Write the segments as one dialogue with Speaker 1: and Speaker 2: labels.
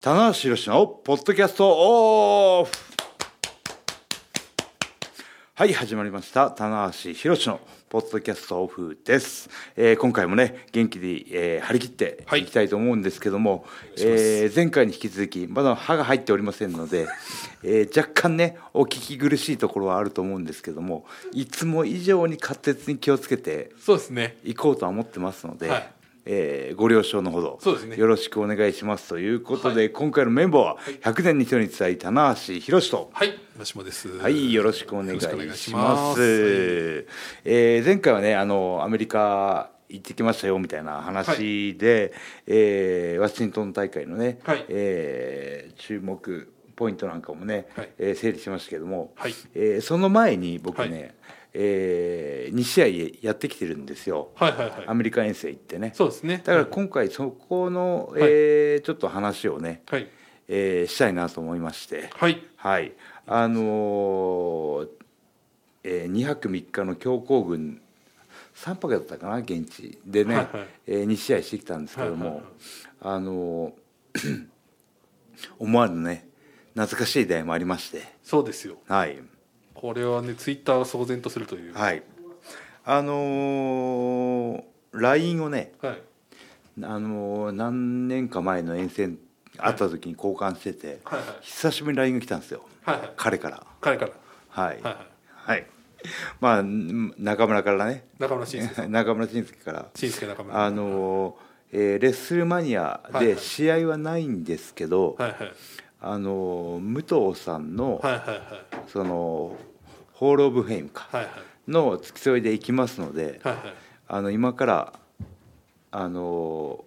Speaker 1: 棚橋宏のポッドキャストオフはい始まりました棚橋宏のポッドキャストオフです、えー今回もね元気に、えー張り切って
Speaker 2: はい
Speaker 1: いきたいと思うんですけども、えー前回に引き続きまだ歯が入っておりませんので、えー若干ねお聞き苦しいところはあると思うんですけどもいつも以上に滑舌に気をつけて
Speaker 2: そうですね。
Speaker 1: 行こうとは思ってますので、
Speaker 2: はい
Speaker 1: えーご了承のほど
Speaker 2: そうですね
Speaker 1: よろしくお願いしますということで、
Speaker 2: は
Speaker 1: 今回のメンバーは100年に一人に伝えた棚橋宏と。
Speaker 2: はい、私もです。
Speaker 1: はい、よろしくお願いし
Speaker 2: よろくお
Speaker 1: ま
Speaker 2: 願い
Speaker 1: す。
Speaker 2: します
Speaker 1: えー前回はね、あのアメリカ行ってきましたよみたいな話で、えーワシントン大会のね、
Speaker 2: はい
Speaker 1: えー注目ポイントなんかもね、
Speaker 2: はい
Speaker 1: えー整理しましたけども、
Speaker 2: はい
Speaker 1: えーその前に僕ね、
Speaker 2: は
Speaker 1: え2試合やってきてるんですよ、
Speaker 2: はいはい
Speaker 1: ア
Speaker 2: はい。
Speaker 1: メリカ遠征行ってね。
Speaker 2: そうですね。
Speaker 1: だから今回そこの、
Speaker 2: はい
Speaker 1: えーちょっと話をね、
Speaker 2: はい
Speaker 1: えーしたいなと思いまして。
Speaker 2: はい
Speaker 1: はい、あのーえー、2泊3日の強行軍3泊だったかな現地でね、
Speaker 2: はいはい
Speaker 1: えー、2試合してきたんですけども、
Speaker 2: はいはい
Speaker 1: あのー 思わぬね懐かしい出会いもありまして
Speaker 2: そうですよ。
Speaker 1: はい
Speaker 2: これはね、ツイッターを騒然とするという。は
Speaker 1: はいあのー、LINE をね、
Speaker 2: い
Speaker 1: あのー何年か前の遠征あった時に交換してて、
Speaker 2: はい
Speaker 1: 久しぶりに LINE が来たんですよ
Speaker 2: はいはい。
Speaker 1: 彼から
Speaker 2: 彼から
Speaker 1: はい、
Speaker 2: はいはい
Speaker 1: はい。まあん中村からね、
Speaker 2: 中 村慎介さん、
Speaker 1: 中村慎介から、
Speaker 2: 慎介中村。
Speaker 1: あのえーレッスルマニア
Speaker 2: はいは
Speaker 1: で
Speaker 2: い
Speaker 1: 試合はないんですけど、
Speaker 2: はいはい
Speaker 1: あの武藤さんの、
Speaker 2: はいはいはい
Speaker 1: そのホールオブフェイムか
Speaker 2: はいはい
Speaker 1: の付き添いで行きますので、
Speaker 2: はいはい。
Speaker 1: あの今からあの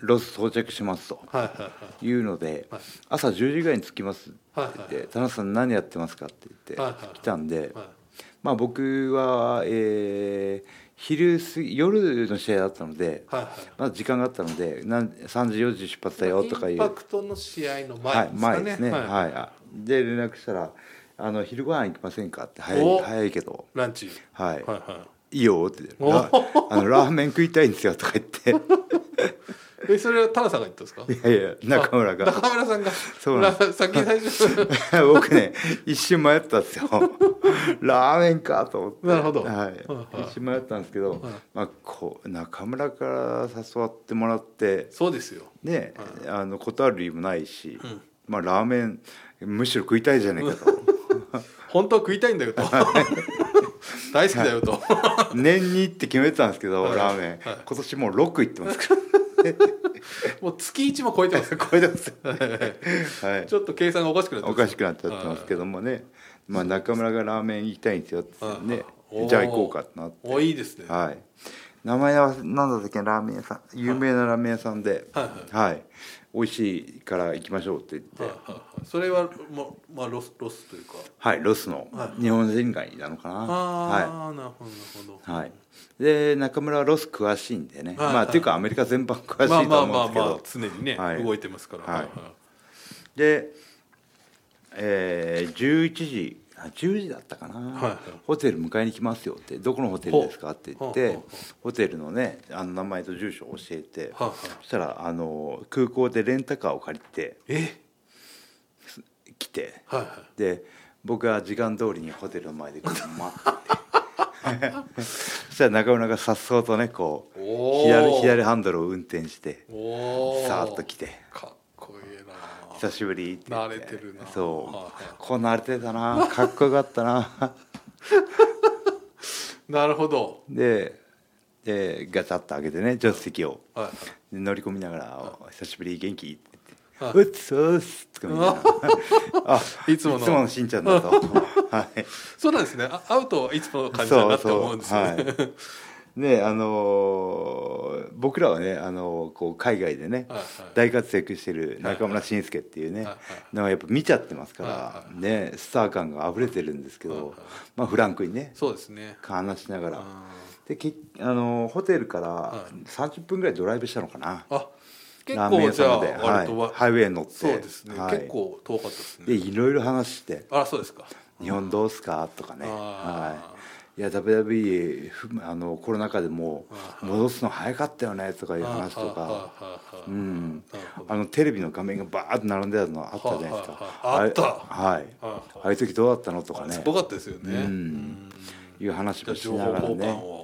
Speaker 1: ロス到着しますと
Speaker 2: はいはいはい
Speaker 1: いうので、
Speaker 2: はい
Speaker 1: 朝10時ぐらいに着きますって言っ
Speaker 2: はい
Speaker 1: て、田中さん何やってますかって言
Speaker 2: はい
Speaker 1: っ
Speaker 2: はい
Speaker 1: て来たんで。
Speaker 2: はい
Speaker 1: まあ、僕は、えー昼過ぎ夜の試合だったので、
Speaker 2: はいはい。
Speaker 1: まだ時間があったのでなん3時4時出発だよとかい
Speaker 2: イン
Speaker 1: う、
Speaker 2: パクトの試合の
Speaker 1: はい、
Speaker 2: 前ですか
Speaker 1: 前
Speaker 2: ね。
Speaker 1: ですね、はい
Speaker 2: は
Speaker 1: あで連絡したらあの「昼ご飯行きませんか?」って早
Speaker 2: お
Speaker 1: い早いけど、
Speaker 2: い。ランチ。
Speaker 1: はい、
Speaker 2: はいはい
Speaker 1: いよ」って
Speaker 2: お
Speaker 1: ラあの「ラーメン食いたいんですよ」とか言 って「
Speaker 2: い。え、それはタラさんが言ったんですか。
Speaker 1: いやいや中村が
Speaker 2: 中村さんが。
Speaker 1: そうなん
Speaker 2: です。先に最初。
Speaker 1: 僕ね一瞬迷ったんですよラーメンかと思って
Speaker 2: なるほど
Speaker 1: は
Speaker 2: はい
Speaker 1: い、
Speaker 2: はい
Speaker 1: 一瞬迷ったんですけど、
Speaker 2: い
Speaker 1: まあ、こう中村から誘ってもらって
Speaker 2: そうですよ。
Speaker 1: ね、あの断る理由もないし、
Speaker 2: ん
Speaker 1: まあ、ラーメンむしろ食いたいじゃないか
Speaker 2: 本当は食いたいんだよと 大好きだよと、
Speaker 1: と年にって決めてたんですけど、
Speaker 2: はい
Speaker 1: ラーメン、
Speaker 2: はい
Speaker 1: 今年もう6いってますか
Speaker 2: もう月1も超えてます
Speaker 1: ら超えてます、 はい、
Speaker 2: ちょっと計算がおかしくなって
Speaker 1: お
Speaker 2: ます
Speaker 1: かしくなっちゃってますけどもね、まあ、中村がラーメン行きたいんですよって言ってね、
Speaker 2: はい
Speaker 1: じゃあ行こうかってなって。
Speaker 2: おいいですねは
Speaker 1: はい、名前は何だったっけラーメン屋さん有名なラーメン屋さんで、
Speaker 2: いはい
Speaker 1: はい、美味しいから行きましょうって言って、
Speaker 2: はい
Speaker 1: はい
Speaker 2: はいそれはままあロスロスというか
Speaker 1: ロスの
Speaker 2: はい
Speaker 1: 日本人街なのかな、は
Speaker 2: ああ、なるほどなる
Speaker 1: い
Speaker 2: ほど
Speaker 1: はい、で中村はロス詳しいんでね、
Speaker 2: はい
Speaker 1: まあ
Speaker 2: はい
Speaker 1: っていうかアメリカ全般詳し
Speaker 2: まあ
Speaker 1: い
Speaker 2: ま
Speaker 1: と
Speaker 2: あま
Speaker 1: 思う
Speaker 2: あ
Speaker 1: んですけど、
Speaker 2: まあ常にね、
Speaker 1: はい
Speaker 2: 動いてますから、
Speaker 1: はいで、えー、11時あ10時だったかな、
Speaker 2: はい
Speaker 1: ホテル迎えに来ますよって「どこのホテルですか?」って言っ
Speaker 2: ほう
Speaker 1: て
Speaker 2: ほうほ
Speaker 1: ホテルのねあの名前と住所を教えて、
Speaker 2: はいはい
Speaker 1: そしたらあの空港でレンタカーを借りて
Speaker 2: え
Speaker 1: 来て
Speaker 2: はいはい
Speaker 1: で僕は時間通りにホテルの前でこう待って そしたら中村がさっそうとねこう
Speaker 2: お
Speaker 1: 左
Speaker 2: ー
Speaker 1: 左ハンドルを運転して
Speaker 2: おお
Speaker 1: さーっと来て
Speaker 2: かっこいいな
Speaker 1: 久しぶりって言って
Speaker 2: 慣れてるな
Speaker 1: そう、
Speaker 2: はいはい
Speaker 1: こう慣れてたなかっこよかったな
Speaker 2: なるほど
Speaker 1: ででガチャッと開けてね助手席を
Speaker 2: はいはい
Speaker 1: で乗り込みながら「久しぶり元気?」って言って「
Speaker 2: は
Speaker 1: うっそうっす」とかみたい な「あ
Speaker 2: いつもの
Speaker 1: いつものしんちゃんだと」はい
Speaker 2: そうなんですねあ会うといつもの 感じだなって思うんですよね
Speaker 1: そうそうはいねあのー僕らはね、あのーこう海外でね、
Speaker 2: はいはい
Speaker 1: 大活躍してる中村慎介っていうね、
Speaker 2: はいは
Speaker 1: のはやっぱ見ちゃってますから、
Speaker 2: は
Speaker 1: ね、スター感があふれてるんですけど、
Speaker 2: はいはい
Speaker 1: まあ、フランクにね
Speaker 2: そうですね
Speaker 1: 話しながら、
Speaker 2: あ
Speaker 1: でけあのーホテルから
Speaker 2: い
Speaker 1: 30分ぐらいドライブしたのかな、
Speaker 2: ーあ結
Speaker 1: ラーメン
Speaker 2: 構
Speaker 1: 屋
Speaker 2: じ
Speaker 1: さ
Speaker 2: ゃあ
Speaker 1: んまで、
Speaker 2: 割と
Speaker 1: は
Speaker 2: わ、
Speaker 1: い、ハイウェイ乗って
Speaker 2: そうですね、
Speaker 1: はい
Speaker 2: 結構遠かったです
Speaker 1: で
Speaker 2: ね
Speaker 1: いろいろ話して
Speaker 2: あらそうですか
Speaker 1: 「日本どうすか?」とかね、
Speaker 2: あー
Speaker 1: はい、いや WWE ふあのコロナ禍でも戻すの早かったよねとかいう話とか
Speaker 2: か
Speaker 1: うんあのテレビの画面がバーッと並んでたのあったじゃないですか
Speaker 2: はいはいはいあった
Speaker 1: あれはい
Speaker 2: あ
Speaker 1: ああいう時どうだったのとかね
Speaker 2: すごかったですよね。
Speaker 1: うん
Speaker 2: うん
Speaker 1: いう話もしながら
Speaker 2: じゃあ
Speaker 1: ね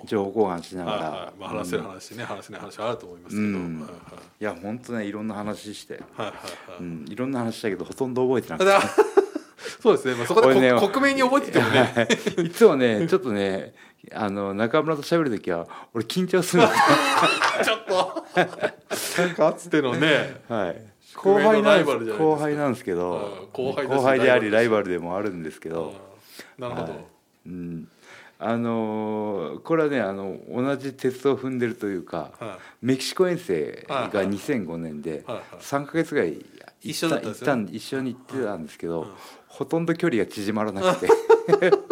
Speaker 1: 情報交換しなが
Speaker 2: はい
Speaker 1: ら、
Speaker 2: はいまあ、話せる話ね、話せない話はあると思いますけど、
Speaker 1: うん
Speaker 2: はい
Speaker 1: いや本当ねいろんな話して、
Speaker 2: はいは
Speaker 1: う
Speaker 2: い
Speaker 1: ん、いろんな話だけどほとんど覚えてなくて
Speaker 2: はいだそうですね、まあ、そこで
Speaker 1: 俺ね
Speaker 2: こ克明に覚えててもね
Speaker 1: はいいつもねちょっとねあの中村と喋る時は俺緊張するんです
Speaker 2: ちょっと
Speaker 1: よ
Speaker 2: かつてのね
Speaker 1: はい
Speaker 2: 宿
Speaker 1: 後
Speaker 2: 命
Speaker 1: 輩
Speaker 2: の
Speaker 1: な
Speaker 2: ラ
Speaker 1: ん
Speaker 2: イ
Speaker 1: で
Speaker 2: バ
Speaker 1: す
Speaker 2: ルじゃないですか
Speaker 1: 後輩なんですけど
Speaker 2: うん後輩だし
Speaker 1: でありライバルでもあるんですけど、
Speaker 2: うんなるほど、
Speaker 1: はいうん、あのーこれはねあの同じ鉄を踏んでるというか、
Speaker 2: は
Speaker 1: メキシコ遠征が
Speaker 2: はいはい
Speaker 1: 2005年で
Speaker 2: はいはい
Speaker 1: 3か月ぐらい
Speaker 2: 一緒だったんですよね
Speaker 1: 行一緒に行ってたんですけど、ほとんど距離が縮まらなくて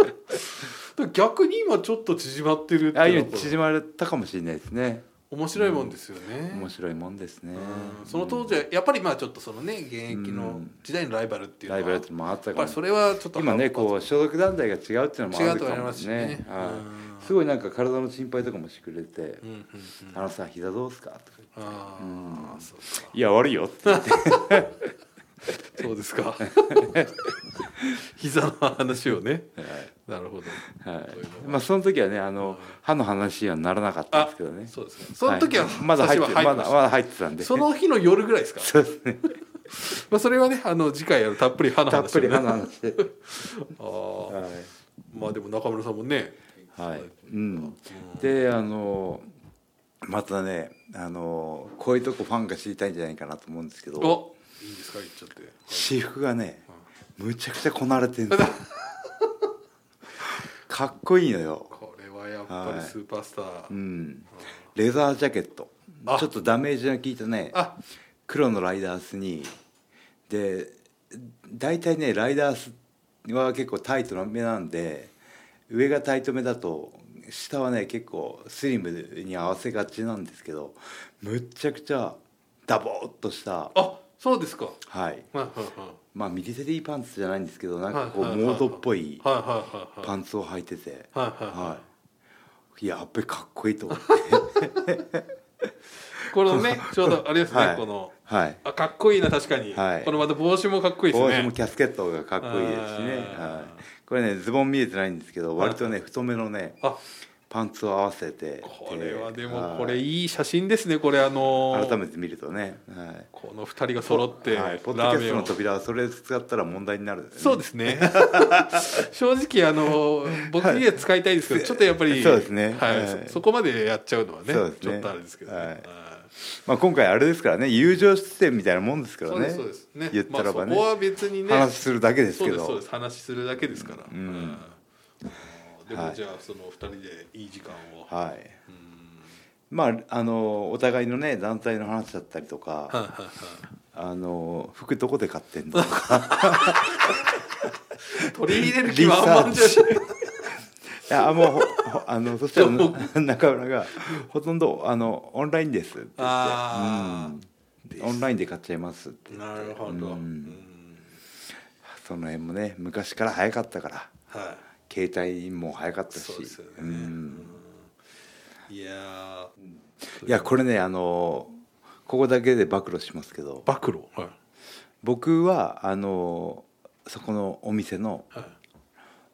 Speaker 2: いで逆に今ちょっと縮まってるって
Speaker 1: ああい
Speaker 2: いう
Speaker 1: う
Speaker 2: のが
Speaker 1: 縮まったかもしれないですね
Speaker 2: 面白いもんですよね、
Speaker 1: 面白いもんですね
Speaker 2: うんその当時はやっぱりまあちょっとそのね現役の時代のライバルっていうの
Speaker 1: ラ
Speaker 2: は
Speaker 1: イブやつもあっ
Speaker 2: や
Speaker 1: た
Speaker 2: っ
Speaker 1: か
Speaker 2: ぱ
Speaker 1: も
Speaker 2: りそれはちょっと
Speaker 1: 今ねこう所属団体が違うっていうのもあ
Speaker 2: 違う
Speaker 1: る
Speaker 2: と
Speaker 1: か
Speaker 2: 思い
Speaker 1: も
Speaker 2: ますし
Speaker 1: し
Speaker 2: ね
Speaker 1: れないはいすごいなんか体の心配とかもしてくれて
Speaker 2: うんうんうん
Speaker 1: 「あのさ膝どうすか?」とか
Speaker 2: ああそうか
Speaker 1: 「いや悪いよ」って言 って
Speaker 2: そうで すか膝の話をねなるほど
Speaker 1: は
Speaker 2: そういうの
Speaker 1: いまあその時はねあの歯の話にはならなかったんですけどね
Speaker 2: そうですかその時は、
Speaker 1: いまだ入って
Speaker 2: 差し
Speaker 1: ま
Speaker 2: は
Speaker 1: だま
Speaker 2: 入ってま
Speaker 1: だ入ってたんで
Speaker 2: したその日の夜ぐらい ですかそうですねまあそれはねあの次回やるたっぷり歯の話
Speaker 1: た
Speaker 2: を
Speaker 1: っ
Speaker 2: ね
Speaker 1: ぷり歯の話で
Speaker 2: あー
Speaker 1: はい
Speaker 2: まあでも中村さんもね
Speaker 1: はい、うん、であのまたねあのこういうとこファンが知りたいんじゃないかなと思うんですけど
Speaker 2: おいいんですか言っちゃって
Speaker 1: 私服がねむちゃくちゃこなれてるんですよかっこいいのよ、
Speaker 2: これはやっぱりスーパースター、
Speaker 1: うん、レザージャケット
Speaker 2: あ
Speaker 1: ちょっとダメージが効いたね
Speaker 2: あ
Speaker 1: 黒のライダースにで大体ねライダースは結構タイトな目なんで上がタイトめだと下はね結構スリムに合わせがちなんですけどむっちゃくちゃダボーっとした
Speaker 2: あそうですか
Speaker 1: はい
Speaker 2: はいはいはい
Speaker 1: まあミリテリーパンツじゃないんですけどなんかこう
Speaker 2: はいはい
Speaker 1: モ
Speaker 2: はいはい
Speaker 1: ードっぽい
Speaker 2: はいはいはい
Speaker 1: パンツを履いてて
Speaker 2: はいはいはい
Speaker 1: はいいややっぱりかっこいい と思って
Speaker 2: この ねちょうどあれですね、
Speaker 1: はい
Speaker 2: この
Speaker 1: はい
Speaker 2: あかっこいいな確かに、
Speaker 1: はい
Speaker 2: このまた帽子もかっこいいですね
Speaker 1: 帽子もキャスケットがかっこいいですしね
Speaker 2: あー
Speaker 1: はいこれねズボン見えてないんですけど割とね太めのね
Speaker 2: あ
Speaker 1: パンツを合わせて
Speaker 2: これはで
Speaker 1: は
Speaker 2: も
Speaker 1: い
Speaker 2: これいい写真ですねこれあのー
Speaker 1: 改めて見るとね、はい、
Speaker 2: この二人が揃ってラ
Speaker 1: はい、ポッドキャ
Speaker 2: ー
Speaker 1: ス
Speaker 2: メ
Speaker 1: ト
Speaker 2: ン
Speaker 1: の
Speaker 2: を
Speaker 1: 扉はそれ使ったら問題になる、ね、
Speaker 2: そうで すね正直あのー僕には使いたいですけどちょっとやっぱり
Speaker 1: そうですね
Speaker 2: はい
Speaker 1: はい
Speaker 2: そそこまでやっちゃうのはね
Speaker 1: そうですね
Speaker 2: ちょっとあれですけどね、
Speaker 1: はい
Speaker 2: はい
Speaker 1: まあ今回あれですからね友情出演みたいなもんですから
Speaker 2: そう
Speaker 1: ね
Speaker 2: ですそうですね
Speaker 1: 言ったらば
Speaker 2: まあ、そ
Speaker 1: ね,、
Speaker 2: こは別にね
Speaker 1: 話するだけです
Speaker 2: そう
Speaker 1: け
Speaker 2: です
Speaker 1: ど
Speaker 2: そうです話するだけですから、
Speaker 1: ん
Speaker 2: うんで
Speaker 1: は
Speaker 2: も
Speaker 1: い
Speaker 2: じゃあその二人でいい時間を、
Speaker 1: はい
Speaker 2: うん
Speaker 1: まああのお互いのね団体の話だったりとか、
Speaker 2: はいはいはい
Speaker 1: あの服どこで買ってんのとか
Speaker 2: 取り入れる気満々じゃない
Speaker 1: いやもうほほ あのそしたら 中村がほとんどあのオンラインですって言って
Speaker 2: あ
Speaker 1: うんオンラインで買っちゃいますって
Speaker 2: ーなるほど、
Speaker 1: うん
Speaker 2: うん
Speaker 1: その辺もね昔から早かったから
Speaker 2: は
Speaker 1: 携帯も早かっ
Speaker 2: い
Speaker 1: たし
Speaker 2: そうですよね、
Speaker 1: う
Speaker 2: うん
Speaker 1: ん
Speaker 2: いやー
Speaker 1: いやこれねあのここだけで暴露しますけど
Speaker 2: 暴露はい
Speaker 1: 僕はあのそこのお店の、
Speaker 2: はい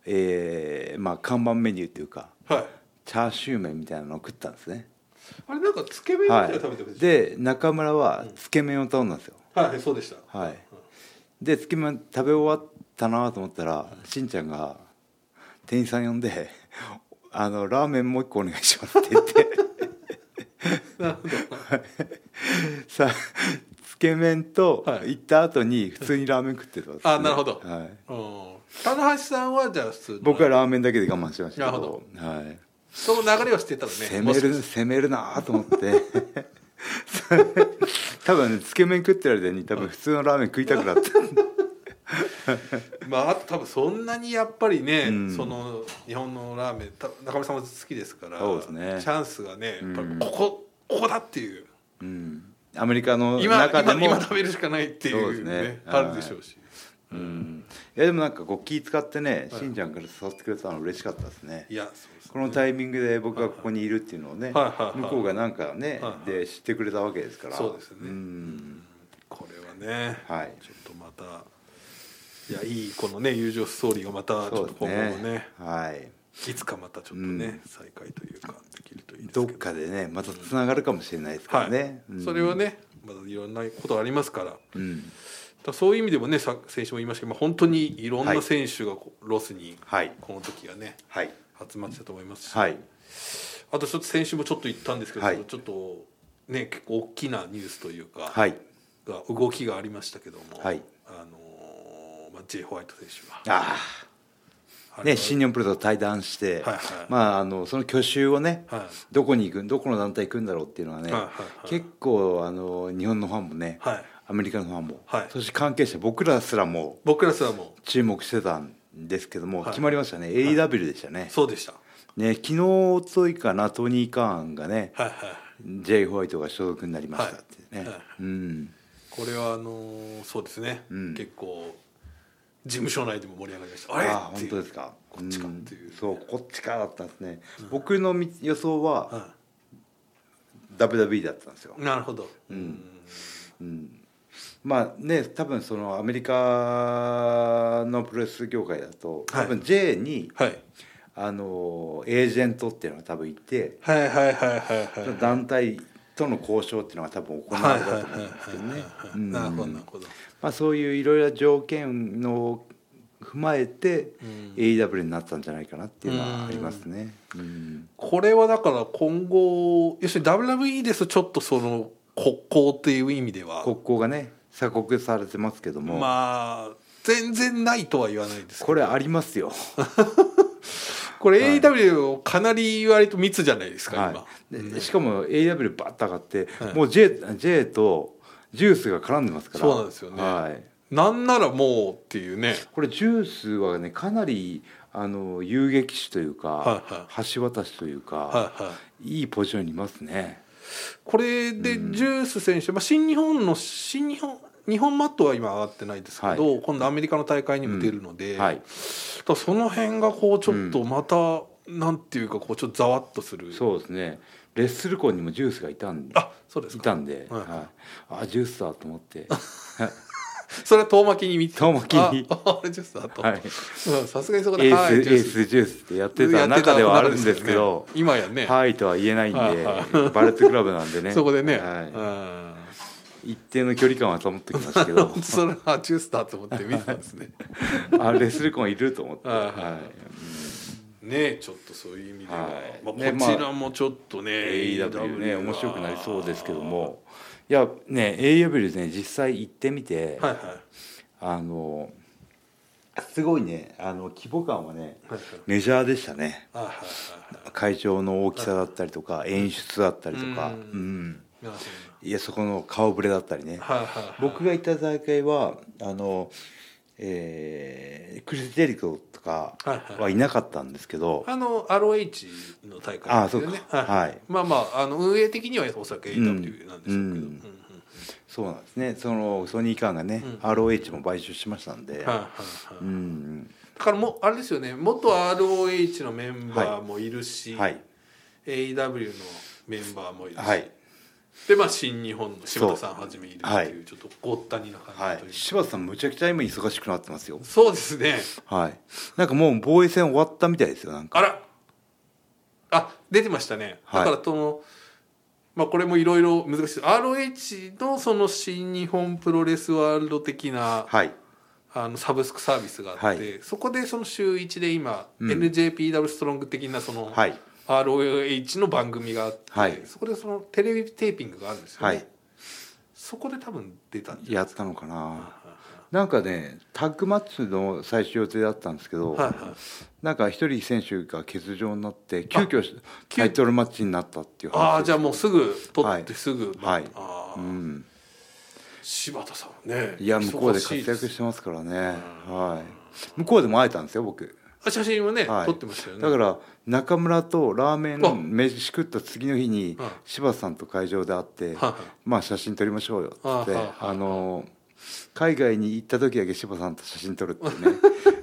Speaker 1: えーまあ、看板メニューというか
Speaker 2: はい
Speaker 1: チャーシュー麺みたいなのを食ったんですね、
Speaker 2: あれなんかつけ麺みた
Speaker 1: は
Speaker 2: いなの 食べてま
Speaker 1: い、
Speaker 2: したよ
Speaker 1: で中村はつけ麺を頼んだんですよ、
Speaker 2: はい、はい、そうでした
Speaker 1: はいでつけ麺食べ終わったなと思ったらしんちゃんが店員さん呼んで「あのラーメンもう一個お願いします」って言って
Speaker 2: なるほど
Speaker 1: さつけ麺と
Speaker 2: はい
Speaker 1: 行った後に普通にラーメン食ってたんですね
Speaker 2: あなるほど
Speaker 1: はい、
Speaker 2: うん棚橋さんはじゃあ普通の
Speaker 1: 僕はラーメンだけで我慢しましたけ
Speaker 2: なる
Speaker 1: どはい
Speaker 2: その流れをしてたらね
Speaker 1: 攻
Speaker 2: も
Speaker 1: め
Speaker 2: し
Speaker 1: る攻めるなと思って 多分ねつけ麺食ってる間に多分普通のラーメン食いたくなって
Speaker 2: まああと多分そんなにやっぱりね、
Speaker 1: うん
Speaker 2: その日本のラーメンた中村さんも好きですから
Speaker 1: そうですね
Speaker 2: チャンスがねやっぱ
Speaker 1: う
Speaker 2: り
Speaker 1: ん
Speaker 2: ここ、ここだっていう
Speaker 1: うんアメリカの
Speaker 2: 今
Speaker 1: 中で
Speaker 2: 今
Speaker 1: も
Speaker 2: 今食べるしかないってい
Speaker 1: そうです
Speaker 2: う,、ね
Speaker 1: ね
Speaker 2: あるでしょうし、
Speaker 1: うんいやでもなんかこう気使ってね、しんちゃんから誘ってくれたの嬉しかったですね
Speaker 2: いやそうですね
Speaker 1: このタイミングで僕がここにいるっていうのをね、
Speaker 2: はいはいはい
Speaker 1: 向こうがなんかね、
Speaker 2: はいはい
Speaker 1: で知ってくれたわけですから
Speaker 2: そうですね
Speaker 1: ん
Speaker 2: これはね、
Speaker 1: はい
Speaker 2: ちょっとまたいやいいこのね友情ストーリーがまたちょ
Speaker 1: そ
Speaker 2: っ
Speaker 1: う
Speaker 2: と
Speaker 1: です
Speaker 2: 今後もね
Speaker 1: ねはい
Speaker 2: いつかまたちょっとね、
Speaker 1: うん
Speaker 2: 再開というかできるといいですけ
Speaker 1: ど
Speaker 2: ど
Speaker 1: っかでねまたつながるかもしれないですか
Speaker 2: は
Speaker 1: ら
Speaker 2: い、
Speaker 1: ね、
Speaker 2: それは
Speaker 1: ね、
Speaker 2: ねまだいろんなことありますからだか
Speaker 1: うん、
Speaker 2: らそういう意味でもねさ先週も言いましたけど、まあ、本当にいろん
Speaker 1: は
Speaker 2: ない選手がこうロスに
Speaker 1: はい
Speaker 2: この時はね
Speaker 1: はい
Speaker 2: 集まってたと思いますし、
Speaker 1: はい
Speaker 2: あとちょっと先週もちょっと言ったんですけど、
Speaker 1: はい
Speaker 2: ちょっとね結構大きなニュースというか、
Speaker 1: はい
Speaker 2: が動きがありましたけども、
Speaker 1: はい
Speaker 2: あのーまあ、J. ホワイト選手は
Speaker 1: ああ
Speaker 2: あれ
Speaker 1: ね
Speaker 2: は
Speaker 1: 新日本プロと対談して、
Speaker 2: はいはい
Speaker 1: まああのその去就をね、
Speaker 2: はい
Speaker 1: どこに行くどこの団体行くんだろうっていうのはね、
Speaker 2: はいはいはい
Speaker 1: 結構あの日本のファンもね、
Speaker 2: はい
Speaker 1: アメリカのファンも、
Speaker 2: はい
Speaker 1: そして関係者僕らすらも
Speaker 2: 僕らすらも
Speaker 1: 注目してたんですけども、
Speaker 2: はい
Speaker 1: 決まりましたね AEW でしたね,、
Speaker 2: そうでした
Speaker 1: ね昨日おといかなトニー・カーンがね、
Speaker 2: はいはい
Speaker 1: ジェイ・ホワイトが所属になりましたってね、
Speaker 2: はいはい
Speaker 1: うん
Speaker 2: これはあのーそうですね、
Speaker 1: うん
Speaker 2: 結構事務所内でも盛り上がりましたあれ
Speaker 1: ああ
Speaker 2: って
Speaker 1: 本
Speaker 2: いう
Speaker 1: 当ですか
Speaker 2: こっちかっていう、
Speaker 1: んそうこっちかだったんですね、僕のみ予想は、
Speaker 2: は
Speaker 1: WWE だったんですよ
Speaker 2: い、なるほど、
Speaker 1: うんう
Speaker 2: うん
Speaker 1: ん、まあね多分そのアメリカのプロレス業界だと
Speaker 2: はい
Speaker 1: 多分 J に、
Speaker 2: はい、
Speaker 1: あのエージェントっていうのが多分いて、
Speaker 2: はいはいはいはいはい
Speaker 1: その団体との交渉っていうのが多分行われたと思うんですけど
Speaker 2: はい
Speaker 1: ね
Speaker 2: はいはいは
Speaker 1: う
Speaker 2: い
Speaker 1: ん
Speaker 2: なるほどなるほど、
Speaker 1: まあそういういろいろな条件の踏まえて
Speaker 2: うん
Speaker 1: AEW になったんじゃないかなっていうのはありますね。うん
Speaker 2: これはだから今後要するに WWE ですとちょっとその国交っていう意味では
Speaker 1: 国交がね鎖国されてますけども、
Speaker 2: まあ全然ないとは言わないですけど
Speaker 1: これありますよ。
Speaker 2: これ AW かなり割と密じゃないですか、
Speaker 1: は
Speaker 2: 今
Speaker 1: い、でしかも AW バッと上がって、
Speaker 2: はい
Speaker 1: もう J, J とジュースが絡んでますから
Speaker 2: そうなんですよね
Speaker 1: はい、
Speaker 2: なんならもうっていうね
Speaker 1: これジュースはねかなりあの遊撃手というか、
Speaker 2: はいは
Speaker 1: 橋渡しというか、
Speaker 2: はいはい
Speaker 1: い、いポジションにいますね
Speaker 2: これでジ
Speaker 1: うん
Speaker 2: ュース選手、まあ、新日本の新日本日本マットは今上がってないですけど、今度アメリカの大会にも出るので、
Speaker 1: はい
Speaker 2: だからその辺がこうちょっとまた、なんていうかこうちょっとざわっとする
Speaker 1: そうですねレッスル校にもジュースがいたんで
Speaker 2: あそうです
Speaker 1: い
Speaker 2: か
Speaker 1: たんで、
Speaker 2: はい
Speaker 1: はい、あジュースだと思 って、
Speaker 2: それは遠巻きに見て
Speaker 1: 遠巻きに
Speaker 2: あああれジュースだと
Speaker 1: はい、
Speaker 2: うんさすがにそこで
Speaker 1: エー
Speaker 2: は
Speaker 1: スエ
Speaker 2: いジュ
Speaker 1: ー
Speaker 2: ース
Speaker 1: スジュースってやってた中ではあるんですけど
Speaker 2: やってた中ですよね今やね、
Speaker 1: はいとは言えないんで、
Speaker 2: はいは
Speaker 1: バレットクラブなんでね
Speaker 2: そこでね、
Speaker 1: はい
Speaker 2: うん
Speaker 1: 一定の距離感は保ってきましたけ ど
Speaker 2: それはジュースだと思って見てたんですね。
Speaker 1: あレスルコンいると思って、
Speaker 2: はいはい
Speaker 1: はい
Speaker 2: ねちょっとそういう意味では、
Speaker 1: はい
Speaker 2: まあ、こ
Speaker 1: ね
Speaker 2: ちらもちょっとね、
Speaker 1: うん AEW ね
Speaker 2: は
Speaker 1: 面白くなりそうですけど。もいやね AEW ね実際行ってみて、
Speaker 2: はいはい
Speaker 1: あのすごいねあの規模感はね
Speaker 2: はいはい
Speaker 1: メジャーでしたね
Speaker 2: はいはいはい
Speaker 1: 会場の大きさだったりとか演出だったりとか、
Speaker 2: う
Speaker 1: うんん
Speaker 2: なる
Speaker 1: いやそこの顔ぶれだったりね、
Speaker 2: ほどはいはいはい
Speaker 1: 僕が行った大会はあの、えークリス・ジェリコとかはいなかったんですけど、
Speaker 2: あの ROH の大会
Speaker 1: あ
Speaker 2: で
Speaker 1: あ
Speaker 2: す
Speaker 1: そ
Speaker 2: よ
Speaker 1: うか
Speaker 2: ね。
Speaker 1: はい
Speaker 2: まあまああの運営的にはおそらく AW なんでしょうけど。
Speaker 1: うん
Speaker 2: うんうん
Speaker 1: そうなんですねそのソニー・カーンがね、
Speaker 2: うん
Speaker 1: ROH も買収しましたんで、
Speaker 2: はいはいはい
Speaker 1: うん
Speaker 2: だからもうあれですよね元 ROH のメンバーもいるし、
Speaker 1: はい
Speaker 2: AW のメンバーもいるし、
Speaker 1: はい
Speaker 2: でまあ新日本の柴田さんはじめいるって
Speaker 1: はい
Speaker 2: いうちょっとごったにな
Speaker 1: は
Speaker 2: 感じという
Speaker 1: い
Speaker 2: か、
Speaker 1: 柴田さんむちゃくちゃ今忙しくなってますよ
Speaker 2: そうですね
Speaker 1: はいなんかもう防衛戦終わったみたいですよなんか
Speaker 2: あらあ出てましたねだ
Speaker 1: はい
Speaker 2: からその、まあこれもいろいろ難しい ROH のその新日本プロレスワールド的な
Speaker 1: はい
Speaker 2: あのサブスクサービスがあって、
Speaker 1: はい
Speaker 2: そこでその週1で今、
Speaker 1: うん
Speaker 2: NJPW ストロング的なその、
Speaker 1: はい
Speaker 2: ROH の番組があって、
Speaker 1: はい
Speaker 2: そこでそのテレビテーピングがあるんですよね、
Speaker 1: はい
Speaker 2: そこで多分出たんじゃ
Speaker 1: やったのかななんかねタッグマッチの最終予定だったんですけど、
Speaker 2: はいはい
Speaker 1: なんか一人選手が欠場になって急遽タイトルマッチになったっていう話
Speaker 2: ああ
Speaker 1: です
Speaker 2: じゃあもうすぐ取
Speaker 1: は
Speaker 2: っ
Speaker 1: い
Speaker 2: てすぐ、
Speaker 1: はい
Speaker 2: あ
Speaker 1: う
Speaker 2: あ
Speaker 1: ん、
Speaker 2: 柴田さんはね
Speaker 1: いや向こうで
Speaker 2: 忙
Speaker 1: 活
Speaker 2: いす
Speaker 1: 躍してますからね、はい、向こうでも会えたんですよ僕、
Speaker 2: あ写真はね、
Speaker 1: はい
Speaker 2: 撮ってましたよね
Speaker 1: だから中村とラーメ
Speaker 2: あ
Speaker 1: ン飯食った次の日に
Speaker 2: はい
Speaker 1: 柴田さんと会場で会って、
Speaker 2: はいはい
Speaker 1: まあ写真撮りましょうよっつって
Speaker 2: はいはいはい
Speaker 1: あのー海外に行った時だけ柴さんと写真撮るって いう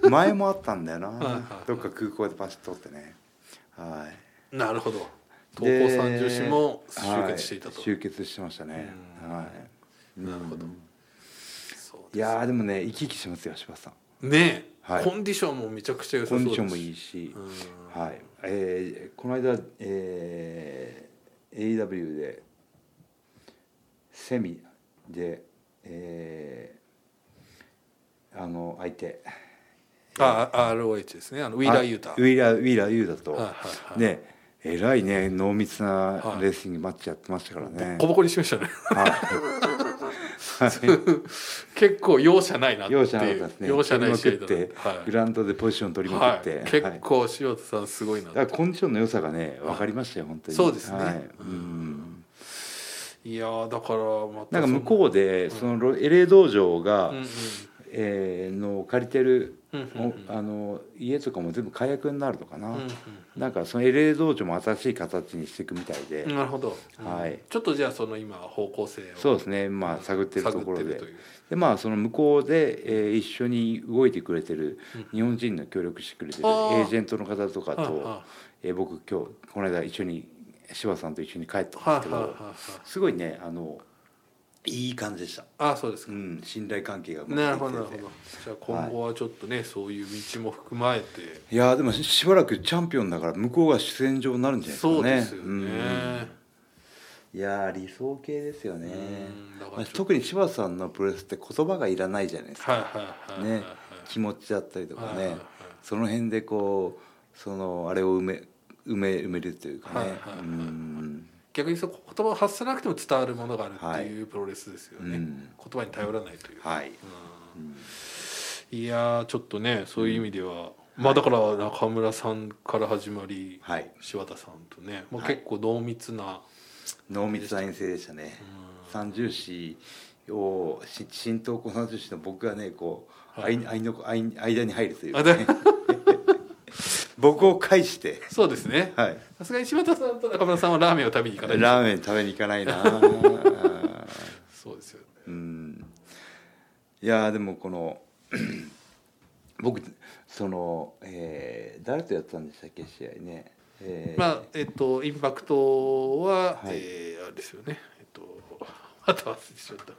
Speaker 1: ね前もあったんだよ
Speaker 2: はいはい
Speaker 1: などっか空港でパシッと撮ってねはい
Speaker 2: なるほど投
Speaker 1: で
Speaker 2: 稿三重詩も集結していたと、
Speaker 1: は集結してましたね
Speaker 2: うん
Speaker 1: はい
Speaker 2: なるほど
Speaker 1: うん
Speaker 2: そう
Speaker 1: いやーでもね生き生きしますよ柴さん
Speaker 2: ねえ、
Speaker 1: はい
Speaker 2: コンディションもめちゃくちゃ良さ
Speaker 1: コ
Speaker 2: そう
Speaker 1: ン
Speaker 2: です
Speaker 1: ディションもいいし
Speaker 2: うん
Speaker 1: はいえーこの間、えー AEW でセミで、えーあの相手
Speaker 2: ああ ROH ですねあのウィーラー・ユータ
Speaker 1: あウィーラーウィーラーユータと、
Speaker 2: はいはいはい
Speaker 1: ねえらいね濃密な
Speaker 2: はい
Speaker 1: レーシングマッチやってましたからね、
Speaker 2: ボコボコにしましたね
Speaker 1: はい、
Speaker 2: 結構容赦ないなっていう
Speaker 1: 容赦なかったですね
Speaker 2: 容赦ない試合
Speaker 1: 取
Speaker 2: だ
Speaker 1: りまくって、
Speaker 2: な
Speaker 1: グラウンドでポジション取りま
Speaker 2: は
Speaker 1: くっ
Speaker 2: い
Speaker 1: て、
Speaker 2: はい、
Speaker 1: はい
Speaker 2: 結構塩田さんすごいな
Speaker 1: だ
Speaker 2: っ
Speaker 1: からコンディションの良さがね分かりましたよ、本当に
Speaker 2: そうですね
Speaker 1: はい
Speaker 2: うん
Speaker 1: うん
Speaker 2: いやーだからま
Speaker 1: な
Speaker 2: た
Speaker 1: んか向
Speaker 2: う
Speaker 1: こうでそのロ LA 道場が、
Speaker 2: んうん
Speaker 1: えーの借りてる、
Speaker 2: うんうんうん
Speaker 1: おあの家とかも全部火薬になるのかな、
Speaker 2: うん
Speaker 1: なんかその LA 道場も新しい形にしていくみたいで、
Speaker 2: うんなるほど、うん
Speaker 1: はい
Speaker 2: ちょっとじゃあその今方向性を
Speaker 1: そうですねまあ探ってるところ
Speaker 2: 探っ
Speaker 1: で
Speaker 2: てるという
Speaker 1: でまあその向こうで、えー一緒に動いてくれてる日本人の協力してくれてるエ
Speaker 2: あー
Speaker 1: ージェントの方とかと、
Speaker 2: はいは
Speaker 1: えー僕今日この間一緒に柴田さんと一緒に帰ったん
Speaker 2: い
Speaker 1: ですけ
Speaker 2: はいはい
Speaker 1: ど
Speaker 2: はい
Speaker 1: すごいねあのいい感じでした、
Speaker 2: あそうです
Speaker 1: う
Speaker 2: か、
Speaker 1: ん、信頼関係がうまく
Speaker 2: なるほどな
Speaker 1: でき
Speaker 2: る
Speaker 1: て
Speaker 2: ほど
Speaker 1: て
Speaker 2: じゃあ今後はちょっとね、そういう道も含まえて
Speaker 1: いやーでもししばらくチャンピオンだから向こうが主戦場になるんじゃないですかね
Speaker 2: そうですよね、
Speaker 1: うんいやー理想形ですよね
Speaker 2: うんだから
Speaker 1: まあ
Speaker 2: ちょっと
Speaker 1: 特に柴田さんのプロレスって言葉がいらないじゃないですか
Speaker 2: はいはいはいはいはい
Speaker 1: ね気持ちだったりとか
Speaker 2: はいはいは
Speaker 1: ね
Speaker 2: い
Speaker 1: その辺でこうそのあれを埋め埋め埋めるというか
Speaker 2: はい
Speaker 1: ね
Speaker 2: はいはいはい
Speaker 1: うん
Speaker 2: 逆にその言葉を発さなくても伝わるものがあるっていうプロレスですよね、
Speaker 1: うん
Speaker 2: 言葉に頼らないという、
Speaker 1: はい
Speaker 2: うんいやーちょっとねそういう意味では、まあだから中村さんから始まり、
Speaker 1: はい
Speaker 2: 柴田さんとね、まあ、結構濃密な、
Speaker 1: 濃密な遠征でしたね三重師をし新東高三重師の僕がねこう
Speaker 2: はい
Speaker 1: 間間の間間に入るという
Speaker 2: あ
Speaker 1: か
Speaker 2: で
Speaker 1: 僕を介して
Speaker 2: そうですね
Speaker 1: はい
Speaker 2: さすがに柴田さんと中村さんはラーメンを食べに行かない
Speaker 1: ラーメン食べに行かない なあ
Speaker 2: そうですよね
Speaker 1: うんいやーでもこの 僕その、えー誰とやったんでしたっけ試合ね、えー
Speaker 2: まあえっとインパクトは、
Speaker 1: はい
Speaker 2: えーあれですよねえっと また忘れてしまった、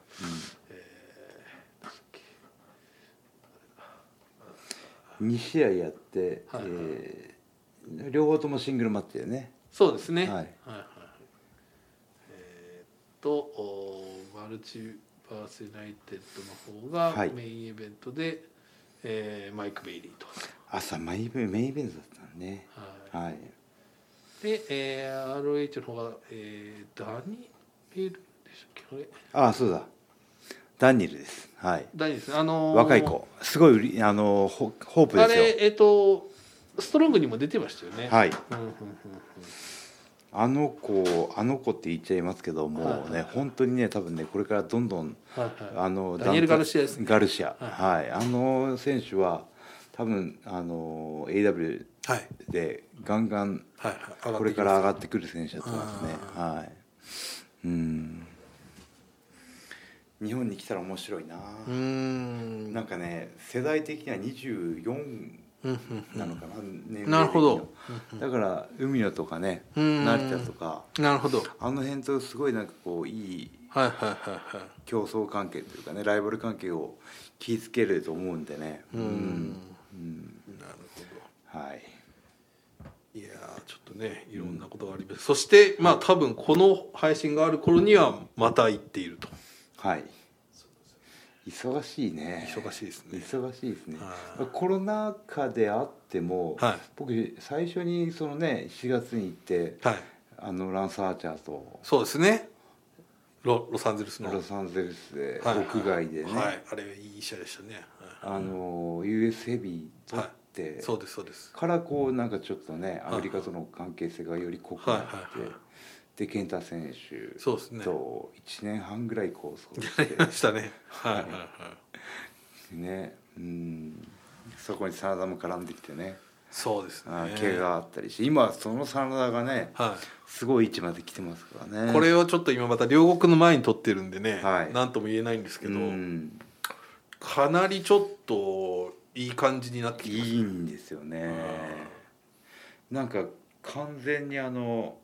Speaker 1: 2試合やって、
Speaker 2: はいはい
Speaker 1: えー両方ともシングルマッチだよね
Speaker 2: そうですね、
Speaker 1: はい
Speaker 2: はいはいえーっとおーマルチパーソナリテッドの方が、
Speaker 1: はい
Speaker 2: メインイベントで、えーマイク・ベイリーと、
Speaker 1: 朝メインイベメインイベントだったんね
Speaker 2: はい
Speaker 1: はい
Speaker 2: で、えー、ROH の方が、えーダニエルでしたっけあれ
Speaker 1: ああそうだダニエルですはい
Speaker 2: ダニエルですねあのー
Speaker 1: 若い子すごい売りあのホホープ
Speaker 2: あ
Speaker 1: ですよ
Speaker 2: れえっ、とストロングにも出てましたよね
Speaker 1: はい
Speaker 2: うんうんうん
Speaker 1: あの子あの子って言っちゃいますけどもうね、
Speaker 2: はいはいはい
Speaker 1: 本当にね多分ねこれからどんどん
Speaker 2: うんはいはい
Speaker 1: あの
Speaker 2: ダニエルガルシアですね
Speaker 1: ガルシアは、
Speaker 2: はい
Speaker 1: あの選手は多分あの AW
Speaker 2: はい
Speaker 1: でガンガン
Speaker 2: はいはい
Speaker 1: これから上がってくる選手だと思いますね
Speaker 2: あ
Speaker 1: はいうん日本に来たら面白いな、
Speaker 2: うーん
Speaker 1: なんかね世代的には24
Speaker 2: うん
Speaker 1: なのかな、年齢的には
Speaker 2: なるほど
Speaker 1: だから海野とかね
Speaker 2: うん
Speaker 1: 成田とか
Speaker 2: うんなるほど
Speaker 1: あの辺とすごいなんかこういい
Speaker 2: はいはいはいはい
Speaker 1: 競争関係というかねライバル関係を気づけると思うんでね
Speaker 2: うん
Speaker 1: うん
Speaker 2: なるほ
Speaker 1: はい
Speaker 2: どいやーちょっとねいろんなことがあります、そしてまあ多分この配信がある頃にはまた行っていると
Speaker 1: はい忙しいね
Speaker 2: 忙しいですね
Speaker 1: 忙しいですね
Speaker 2: はい
Speaker 1: コロナ禍であっても、
Speaker 2: はい
Speaker 1: 僕最初にそのね4月に行って
Speaker 2: はい
Speaker 1: あのランス・アーチャーと
Speaker 2: そうですねロロサンゼルスの
Speaker 1: ロサンゼルスで
Speaker 2: はい
Speaker 1: 屋外でね、
Speaker 2: はいあれいい試合でしたね、はい
Speaker 1: あの US ヘビー取って、
Speaker 2: そうですそうです
Speaker 1: からこうなんかちょっとね
Speaker 2: はい
Speaker 1: アメリカとの関係性がより濃くなって、
Speaker 2: はいはいはい
Speaker 1: で健太選手
Speaker 2: そうですね
Speaker 1: と1年半ぐらい構想
Speaker 2: や
Speaker 1: し
Speaker 2: り
Speaker 1: て
Speaker 2: ましたねはいはいはい
Speaker 1: ねうんそこに真田も絡んできてね
Speaker 2: そうです
Speaker 1: あ
Speaker 2: ね
Speaker 1: 怪我あったりして今その真田がね
Speaker 2: は
Speaker 1: すごい位置まで来てますから
Speaker 2: い
Speaker 1: ね
Speaker 2: これをちょっと今また両国の前に撮ってるんでね、
Speaker 1: はい
Speaker 2: なんとも言えないんですけど、
Speaker 1: うん
Speaker 2: かなりちょっといい感じになってきまし
Speaker 1: いいんですよねなんか完全にあの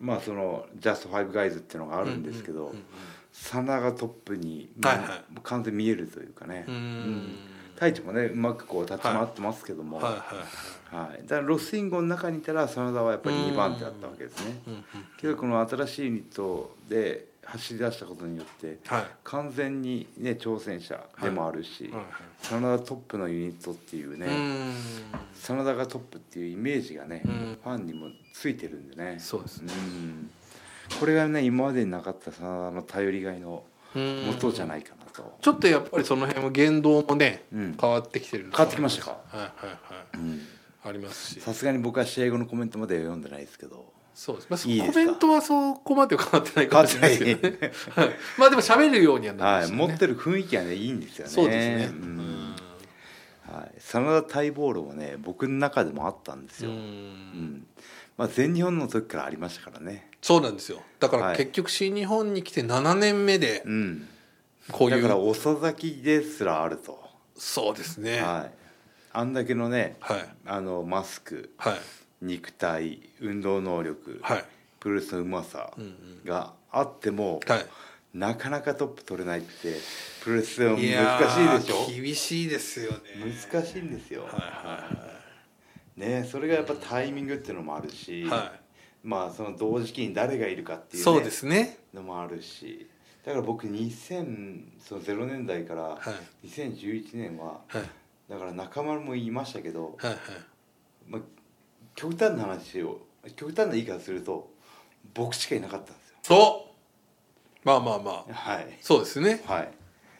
Speaker 1: まあその「ジャスト・ファイブ・ガイズ」っていうのが
Speaker 2: た
Speaker 1: あるんですけど、
Speaker 2: うんうん
Speaker 1: サナがトップに、
Speaker 2: はいはい
Speaker 1: もう完全に見えるというかね、
Speaker 2: うんうん
Speaker 1: 太一もねうまくこう立ち回ってますけども、
Speaker 2: はい
Speaker 1: は
Speaker 2: はいいはい
Speaker 1: だからロスインゴの中にいたら真田はやっぱり2番手だったわけですね。
Speaker 2: うんうん
Speaker 1: けどこの新しいユニットで走り出したことによって
Speaker 2: はい
Speaker 1: 完全に、ね、挑戦者でもあるし、
Speaker 2: はい
Speaker 1: 真田トップのユニットっていうね、
Speaker 2: はいうん
Speaker 1: 真田がトップっていうイメージがね、
Speaker 2: うん
Speaker 1: ファンにもついてるんでね
Speaker 2: そうですね
Speaker 1: んこれがね今までになかった真田の頼りがいの
Speaker 2: うん
Speaker 1: 元じゃないかなと、
Speaker 2: ちょっとやっぱりその辺も言動もね
Speaker 1: うん
Speaker 2: 変わってきてるの
Speaker 1: 変わってきましたか
Speaker 2: はいはいはい
Speaker 1: うん
Speaker 2: ありますし
Speaker 1: さすがに僕は試合後のコメントまでは読んでないですけど
Speaker 2: そうですまあそ
Speaker 1: いいです
Speaker 2: コ
Speaker 1: か
Speaker 2: メントはそこまでは変わってないかもしれないですけどねはいまあでも喋るようにはな
Speaker 1: は
Speaker 2: りま
Speaker 1: い、
Speaker 2: した
Speaker 1: 持っ
Speaker 2: ね
Speaker 1: てる雰囲気がねいいんですよね。
Speaker 2: そうですね
Speaker 1: う
Speaker 2: うんん
Speaker 1: はい、真田待望論はね僕の中でもあったんですよ。
Speaker 2: う
Speaker 1: うんんまあ、全日本の時からありましたからね。
Speaker 2: そうなんですよだか
Speaker 1: は
Speaker 2: ら
Speaker 1: い
Speaker 2: 結局新日本に来て7年目で
Speaker 1: うん、
Speaker 2: こうい
Speaker 1: だから
Speaker 2: う
Speaker 1: 遅咲きですらあると、
Speaker 2: そうですねは
Speaker 1: はい、あんだけのね
Speaker 2: いはい
Speaker 1: あのマスク
Speaker 2: はい
Speaker 1: 肉体運動能力、
Speaker 2: はい
Speaker 1: プロレスのうまさ
Speaker 2: うんうん
Speaker 1: があっても、
Speaker 2: はい
Speaker 1: なかなかトップ取れないってプロレスでも
Speaker 2: いや
Speaker 1: 難しいでしょ
Speaker 2: ー厳しいですよね
Speaker 1: 難しいんですよ。
Speaker 2: はいは
Speaker 1: ね、それがやっぱタイミングっていうのもあるし、
Speaker 2: いはいは
Speaker 1: まあその同時期に誰がいるかって
Speaker 2: い
Speaker 1: いう,、ね、
Speaker 2: そうですね
Speaker 1: のもあるしだから僕2000年代から
Speaker 2: はい
Speaker 1: 2011年は
Speaker 2: はい
Speaker 1: だから中丸も言いましたけど、
Speaker 2: はいはい
Speaker 1: まあ、極端な話を極端な言い方すると僕しかいなかったんですよ。
Speaker 2: そうまあまあまあ
Speaker 1: はい、
Speaker 2: そうですね
Speaker 1: はい、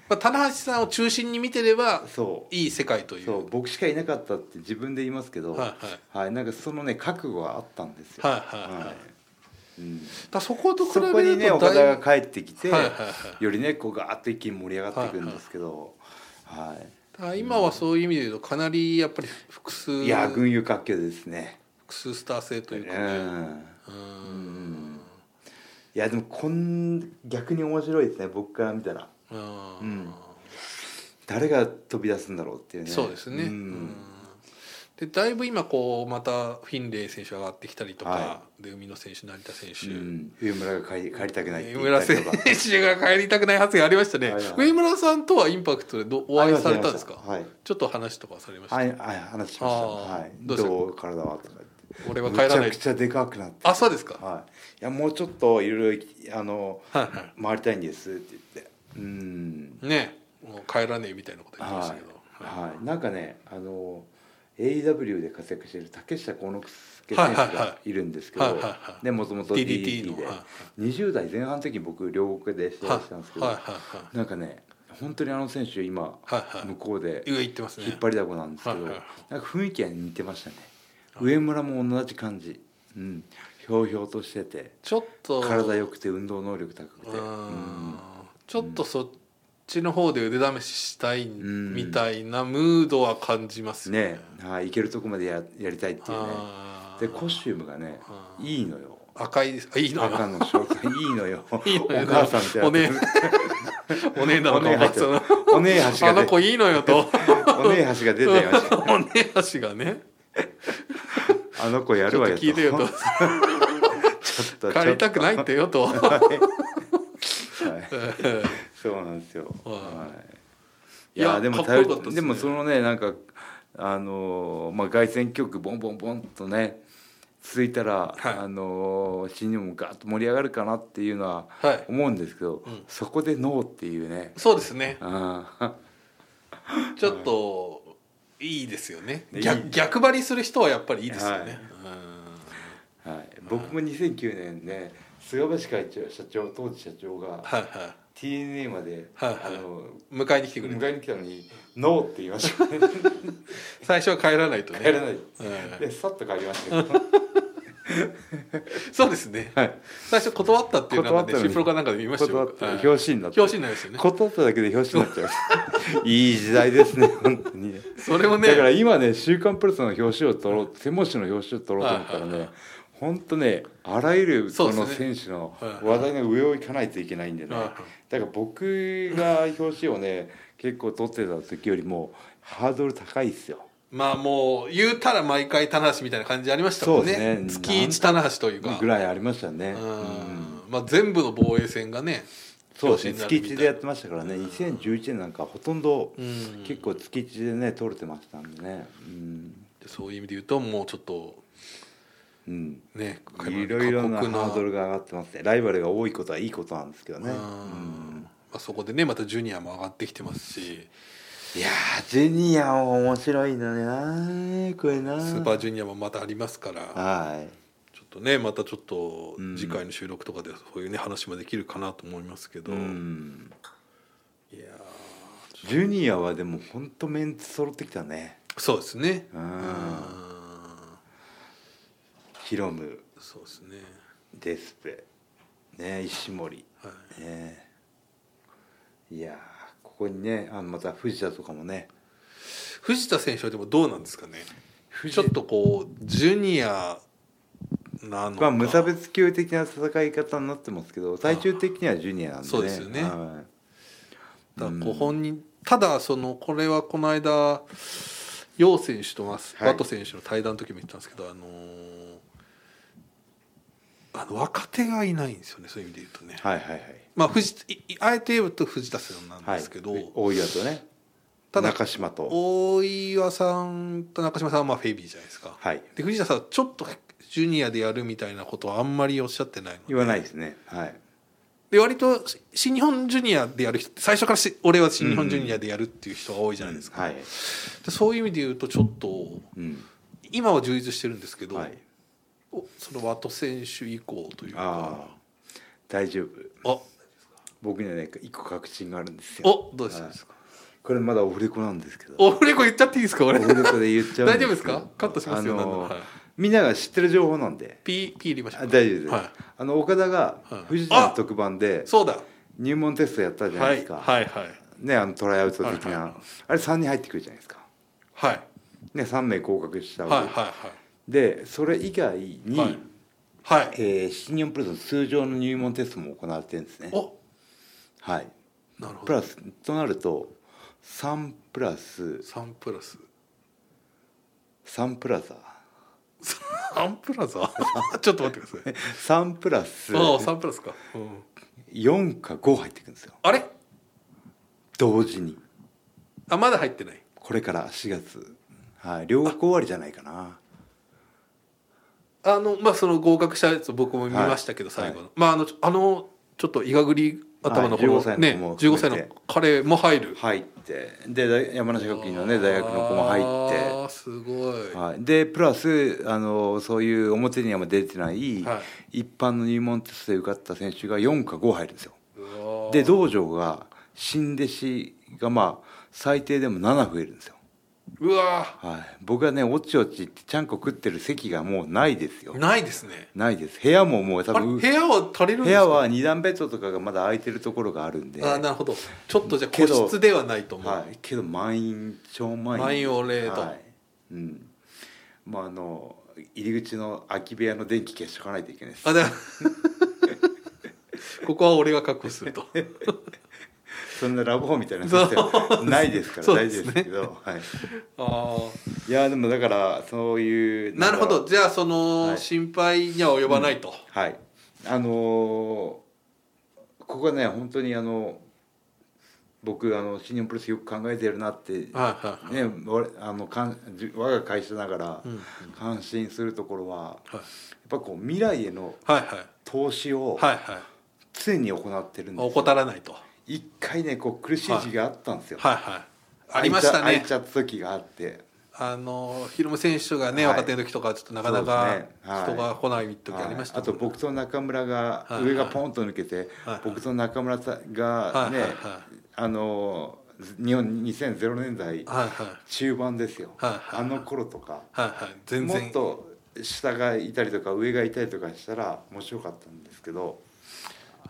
Speaker 2: まあ棚橋さんを中心に見てれば
Speaker 1: そう
Speaker 2: いい世界という
Speaker 1: そう僕しかいなかったって自分で言いますけど、
Speaker 2: はいはい
Speaker 1: はい、なんかそのね覚悟があったんですよ。
Speaker 2: はいはいはい
Speaker 1: いうん
Speaker 2: だそこと比
Speaker 1: そこ
Speaker 2: べ
Speaker 1: に
Speaker 2: る
Speaker 1: ね
Speaker 2: と
Speaker 1: 岡田
Speaker 2: だい
Speaker 1: が
Speaker 2: ぶ
Speaker 1: 帰ってきて、
Speaker 2: はいはいはい
Speaker 1: よりねこうガーッと一気に盛り上がっていくんですけど、はい
Speaker 2: だから今はそういう意味で言うとかなりやっぱり複数
Speaker 1: い、や群雄割拠ですね。
Speaker 2: 複数スター性と
Speaker 1: う
Speaker 2: いうかね
Speaker 1: ん
Speaker 2: う
Speaker 1: うんんいやでもこん逆に面白いですね僕から見たら
Speaker 2: うん
Speaker 1: うん誰が飛び出すんだろうっていうね
Speaker 2: そうですね、
Speaker 1: う
Speaker 2: うんんでだいぶ今こうまたフィンレイ選手上がってきたりとか、
Speaker 1: は
Speaker 2: で海野選手成田選
Speaker 1: う
Speaker 2: 手、
Speaker 1: ん上村が帰り帰りたくないって言
Speaker 2: 上村
Speaker 1: ったり
Speaker 2: 選
Speaker 1: とか
Speaker 2: 手が帰りたくない発言ありましたね、
Speaker 1: はいはい
Speaker 2: 上村さんとはインパクトでどお会いされたんですか、
Speaker 1: はい
Speaker 2: ちょっと話とかされました、
Speaker 1: はいはい話しました
Speaker 2: あー
Speaker 1: はい
Speaker 2: どうした
Speaker 1: どう体はとか
Speaker 2: 俺
Speaker 1: 言
Speaker 2: は
Speaker 1: って
Speaker 2: 帰
Speaker 1: めち
Speaker 2: ら
Speaker 1: ゃ
Speaker 2: ない
Speaker 1: くちゃでかくなって
Speaker 2: あそうですか、
Speaker 1: はいいやもうちょっといろいろあの
Speaker 2: はいは
Speaker 1: 回りたいんですって言ってうん
Speaker 2: い、ねもう帰らねえみたいなこと言ってました
Speaker 1: は
Speaker 2: けど、
Speaker 1: い、はい、なんかねあの AEW で活躍している竹下幸之助
Speaker 2: は
Speaker 1: 選
Speaker 2: い
Speaker 1: 手
Speaker 2: はいはい
Speaker 1: がいるんですけど、
Speaker 2: はいはいはい
Speaker 1: ねもともと
Speaker 2: DDT
Speaker 1: DDT
Speaker 2: の
Speaker 1: で
Speaker 2: は
Speaker 1: 20代前半の時に僕両国で試合してたんですけ
Speaker 2: い
Speaker 1: ど、
Speaker 2: はいはい
Speaker 1: なんかね本当にあの選手今
Speaker 2: はいはい
Speaker 1: 向こうで
Speaker 2: 上行ってますね
Speaker 1: 引っ張りだこなんですけど、
Speaker 2: はいはい
Speaker 1: なんか雰囲気は似てましたね上村も同じ感じ、うん、ひょうひょうとしてて
Speaker 2: ちょっと
Speaker 1: 体良くて運動能力高く
Speaker 2: う
Speaker 1: て、うん
Speaker 2: んちょっとそっちの方で腕試ししたい
Speaker 1: ん
Speaker 2: みたいなムードは感じますよね
Speaker 1: ねはい、いけるとこまでややりたいっていうね
Speaker 2: あー
Speaker 1: でコスチュームがね
Speaker 2: あー
Speaker 1: いいのよ
Speaker 2: 赤いですあいいのよ
Speaker 1: 赤のショー トいいのよ
Speaker 2: いいのよ
Speaker 1: お母さんみたいな
Speaker 2: お姉お姉なのか
Speaker 1: お姉入って
Speaker 2: その
Speaker 1: お姉橋
Speaker 2: あ
Speaker 1: が
Speaker 2: の
Speaker 1: 出
Speaker 2: 子いいのよと
Speaker 1: お姉橋が出ていまし
Speaker 2: お姉足がね
Speaker 1: たあの子や
Speaker 2: ち
Speaker 1: る
Speaker 2: ょっ
Speaker 1: わ
Speaker 2: と
Speaker 1: よと
Speaker 2: 聞いてよと
Speaker 1: ちょっと
Speaker 2: 帰りたくないってよと
Speaker 1: ちょっとはいはい
Speaker 2: ええ
Speaker 1: そうなんですよ
Speaker 2: はい
Speaker 1: はいい
Speaker 2: いや
Speaker 1: やでも
Speaker 2: かっこよ
Speaker 1: 頼
Speaker 2: かった
Speaker 1: り
Speaker 2: ですね
Speaker 1: でもそのねなんかあのーまあ凱旋曲ボンボンボンとね続いたら、
Speaker 2: はい
Speaker 1: あのー新日本もガッと盛り上がるかなっていうのは
Speaker 2: はい
Speaker 1: 思うんですけど、
Speaker 2: うん
Speaker 1: そこでノーっていうね
Speaker 2: そうですね
Speaker 1: あ
Speaker 2: ちょっといいですよね
Speaker 1: ねい
Speaker 2: 逆
Speaker 1: い
Speaker 2: 逆張りする人はやっぱりいいですよ
Speaker 1: はい
Speaker 2: ね
Speaker 1: ーはい、僕も2009年ね菅橋会長社長当時社長が
Speaker 2: はいはいはい
Speaker 1: TNA まで、
Speaker 2: はいはい
Speaker 1: あの
Speaker 2: 迎えに来てくれ
Speaker 1: 迎
Speaker 2: る
Speaker 1: えに来たのに「ノー」って言いましたね
Speaker 2: 最初は帰らないとね
Speaker 1: 帰らない
Speaker 2: うん
Speaker 1: でさっと帰りましたけど
Speaker 2: そうですね、
Speaker 1: はい
Speaker 2: 最初断ったっていうの
Speaker 1: 断
Speaker 2: が
Speaker 1: ったの
Speaker 2: ね
Speaker 1: に
Speaker 2: シプロかなんかで見ましたよ
Speaker 1: 断って
Speaker 2: はい
Speaker 1: 表紙になって
Speaker 2: 表紙になりましたよね
Speaker 1: 断っただけで表紙になっちゃ ういい時代ですね本当にね
Speaker 2: それをね
Speaker 1: だから今ね「週刊プレス」の表紙を取ろう手文字の表紙を取ろうと思ったら
Speaker 2: はいはい
Speaker 1: ね
Speaker 2: はい
Speaker 1: 本当ねあらゆる
Speaker 2: そう
Speaker 1: こ
Speaker 2: ですね
Speaker 1: の選手の
Speaker 2: はいは
Speaker 1: 話
Speaker 2: い
Speaker 1: 題の上を行かないといけないんでね、
Speaker 2: は
Speaker 1: だから僕が表紙をね結構取ってた時よりもハードル高いですよ。
Speaker 2: まあもう言うたら毎回棚橋みたいな感じありましたもん
Speaker 1: そうです
Speaker 2: ね
Speaker 1: ね
Speaker 2: 月一棚橋というか
Speaker 1: ぐらいありましたね。うん
Speaker 2: うんまあ、全部の防衛戦がね
Speaker 1: そうですね
Speaker 2: 表
Speaker 1: 月
Speaker 2: 紙にな
Speaker 1: 1
Speaker 2: るみたい
Speaker 1: でやってましたからね2011年なんかほとんど
Speaker 2: うん
Speaker 1: 結構月1でね取れてましたんでね。うん
Speaker 2: でそういう意味で言うともうちょっと
Speaker 1: うん
Speaker 2: ね
Speaker 1: いろいろな
Speaker 2: 過酷
Speaker 1: ハードルが上がってますねライバルが多いことはいいことなんですけどね。
Speaker 2: う
Speaker 1: うん
Speaker 2: んまあ、そこでねまたジュニアも上がってきてますし
Speaker 1: いやージュニアも面白いのねなこれな
Speaker 2: スーパージュニアもまたありますから
Speaker 1: はい
Speaker 2: ちょっとねまたちょっと
Speaker 1: うん
Speaker 2: 次回の収録とかでそういうね話もできるかなと思いますけど、
Speaker 1: うん
Speaker 2: いやー
Speaker 1: ジュニアはでも本当メンツ揃ってきたね
Speaker 2: そうですね
Speaker 1: うん
Speaker 2: うん
Speaker 1: ヒロム
Speaker 2: そうですね
Speaker 1: デスペね石森
Speaker 2: はい
Speaker 1: ねいやーここにねあまた藤田とかもね
Speaker 2: 藤田選手はでもどうなんですかね
Speaker 1: 藤
Speaker 2: ちょっとこうジュニアなの
Speaker 1: ま
Speaker 2: か
Speaker 1: あ無差別級的な戦い方になってますけど最終的にはジュニアなんで、ね、
Speaker 2: そうですよね
Speaker 1: は
Speaker 2: だからこう本人、ただそのこれはこの間楊選手とワス
Speaker 1: はい
Speaker 2: ワト選手の対談の時も言ったんですけど、あのーあの若手がいないんですよねそういう意味で言うとね、
Speaker 1: い、はいはいはい
Speaker 2: まあ藤いいあえて言うと藤田さんなんですけど、
Speaker 1: はい、大岩とね
Speaker 2: ただ
Speaker 1: 中島と
Speaker 2: 大岩さんと中島さんはまあフェイビーじゃないですか、
Speaker 1: はい
Speaker 2: で藤田さんはちょっとジュニアでやるみたいなことはあんまりおっしゃってないので
Speaker 1: 言わないですねはい
Speaker 2: で割とし新日本ジュニアでやる人って最初からし俺は新日本ジュニアでやるっていう人が多いじゃないですか、
Speaker 1: はい
Speaker 2: でそういう意味で言うとちょっと
Speaker 1: うん
Speaker 2: 今は充実してるんですけど、
Speaker 1: はい
Speaker 2: おそのワト選手以降という
Speaker 1: あ
Speaker 2: か
Speaker 1: あ大丈夫
Speaker 2: あ
Speaker 1: 僕にはね一個確信があるんですよ
Speaker 2: おどうしたんですか、
Speaker 1: これまだオフレコなんですけどオ
Speaker 2: お俺これ言っちゃっていいですか俺
Speaker 1: フレコで言っちゃうん
Speaker 2: 大丈夫ですかカットしますよ
Speaker 1: あ
Speaker 2: 何度も
Speaker 1: の
Speaker 2: はい
Speaker 1: みんなが知ってる情報なんで
Speaker 2: P, P 入れましょ
Speaker 1: あ
Speaker 2: う
Speaker 1: 大丈夫です、
Speaker 2: は
Speaker 1: あの岡田が
Speaker 2: はい
Speaker 1: 藤田の特番で
Speaker 2: い、そうだ
Speaker 1: 入門テストやったじゃな
Speaker 2: はい
Speaker 1: で
Speaker 2: い
Speaker 1: すか、
Speaker 2: はいはい
Speaker 1: ねあのトライアウト的な、
Speaker 2: はいはい
Speaker 1: あれ3人入ってくるじゃないですか
Speaker 2: はい
Speaker 1: ね3名合格した
Speaker 2: はい
Speaker 1: わ
Speaker 2: は
Speaker 1: け
Speaker 2: い
Speaker 1: です、
Speaker 2: は
Speaker 1: でそれ以外に、
Speaker 2: はいいはい
Speaker 1: えー新日本プロレスの通常の入門テストも行われてるんですね
Speaker 2: お
Speaker 1: はい
Speaker 2: なるほ
Speaker 1: プ
Speaker 2: ど
Speaker 1: ラスとなると3プラス
Speaker 2: 3プラス
Speaker 1: 3プラザ
Speaker 2: 3プラザ ちょっと待ってください
Speaker 1: 3プラス
Speaker 2: ああ3プラスか、うん、
Speaker 1: 4か5入ってくるんですよ
Speaker 2: あれ
Speaker 1: 同時に
Speaker 2: あまだ入ってない
Speaker 1: これから4月はい両学終わりじゃないかな
Speaker 2: あのまあその合格したやつ僕も見ましたけど、
Speaker 1: はい
Speaker 2: 最後の、まああのちょあのちょっと伊賀栗頭の
Speaker 1: はい
Speaker 2: こ
Speaker 1: 15歳の
Speaker 2: ね
Speaker 1: 子も
Speaker 2: 15歳
Speaker 1: 含め
Speaker 2: の
Speaker 1: て
Speaker 2: 彼も入る
Speaker 1: 入ってで大山梨学院のね大学の子も入
Speaker 2: あ
Speaker 1: っ
Speaker 2: ーすごい、
Speaker 1: て、はい、でプラスあのそういう表には出てない、
Speaker 2: は
Speaker 1: 一般の入門テストで受かった選手が4か5入るんですよ
Speaker 2: うわー
Speaker 1: で道場が新弟子がまあ最低でも7増えるんですよ
Speaker 2: うわ
Speaker 1: はい、僕はねおちおちってちゃんこ食ってる席がもうないですよ
Speaker 2: ーないですね
Speaker 1: ないです部屋ももう
Speaker 2: あ
Speaker 1: 多
Speaker 2: れ
Speaker 1: 分
Speaker 2: 部屋は足りるん
Speaker 1: 部
Speaker 2: です
Speaker 1: 屋
Speaker 2: か
Speaker 1: は2段ベッドとかがまだ空いてるところがあるんで
Speaker 2: あーなるほどちょっとじゃあ
Speaker 1: け
Speaker 2: 個
Speaker 1: ど
Speaker 2: 室ではないと思う、
Speaker 1: はい、けど満員超満員
Speaker 2: 満員御礼と
Speaker 1: はいうんまああの入り口の空き部屋の電気消しとかないといけないです
Speaker 2: あだ ここは俺が確保する と
Speaker 1: そんなラブホみたいな設定はないですから
Speaker 2: そう
Speaker 1: 大
Speaker 2: で
Speaker 1: 丈夫
Speaker 2: す
Speaker 1: で
Speaker 2: ね
Speaker 1: すけど、はい、
Speaker 2: ああ
Speaker 1: いやでもだからそういう
Speaker 2: なるほ
Speaker 1: んだろ
Speaker 2: ど
Speaker 1: う
Speaker 2: じゃあその、
Speaker 1: はい
Speaker 2: 心配には及ばないと、
Speaker 1: はいあのーここがね本当にあの僕あの新日本プロレスよく考えてるなって
Speaker 2: はいはいはい、
Speaker 1: ね、我あのかんじ我が会社ながら
Speaker 2: うんうん
Speaker 1: 感心するところはや
Speaker 2: はい
Speaker 1: っぱこう未来への
Speaker 2: はいはい
Speaker 1: 投資を
Speaker 2: はいはい
Speaker 1: 常に行ってるんですよ
Speaker 2: 怠らないとはい
Speaker 1: 一回ねこう苦しい時期があったんですよ、
Speaker 2: はいありました
Speaker 1: 空い
Speaker 2: ね
Speaker 1: ちゃった時があって
Speaker 2: あのヒロム選手がね、
Speaker 1: はい
Speaker 2: 若手の時とかちょっとなかなか
Speaker 1: そうですねはい
Speaker 2: 人が来ない時ありました
Speaker 1: はいあと
Speaker 2: もんね
Speaker 1: 僕と中村が
Speaker 2: はい
Speaker 1: 上がポンと抜けて、
Speaker 2: はい
Speaker 1: 僕と中村さんがね、
Speaker 2: はいはい
Speaker 1: あの日本2000年代
Speaker 2: はいはい
Speaker 1: 中盤ですよ、
Speaker 2: はいはい
Speaker 1: あの頃とか、
Speaker 2: はいはい全
Speaker 1: もっ
Speaker 2: 然
Speaker 1: と下がいたりとか上がいたりとかしたら面白かったんですけど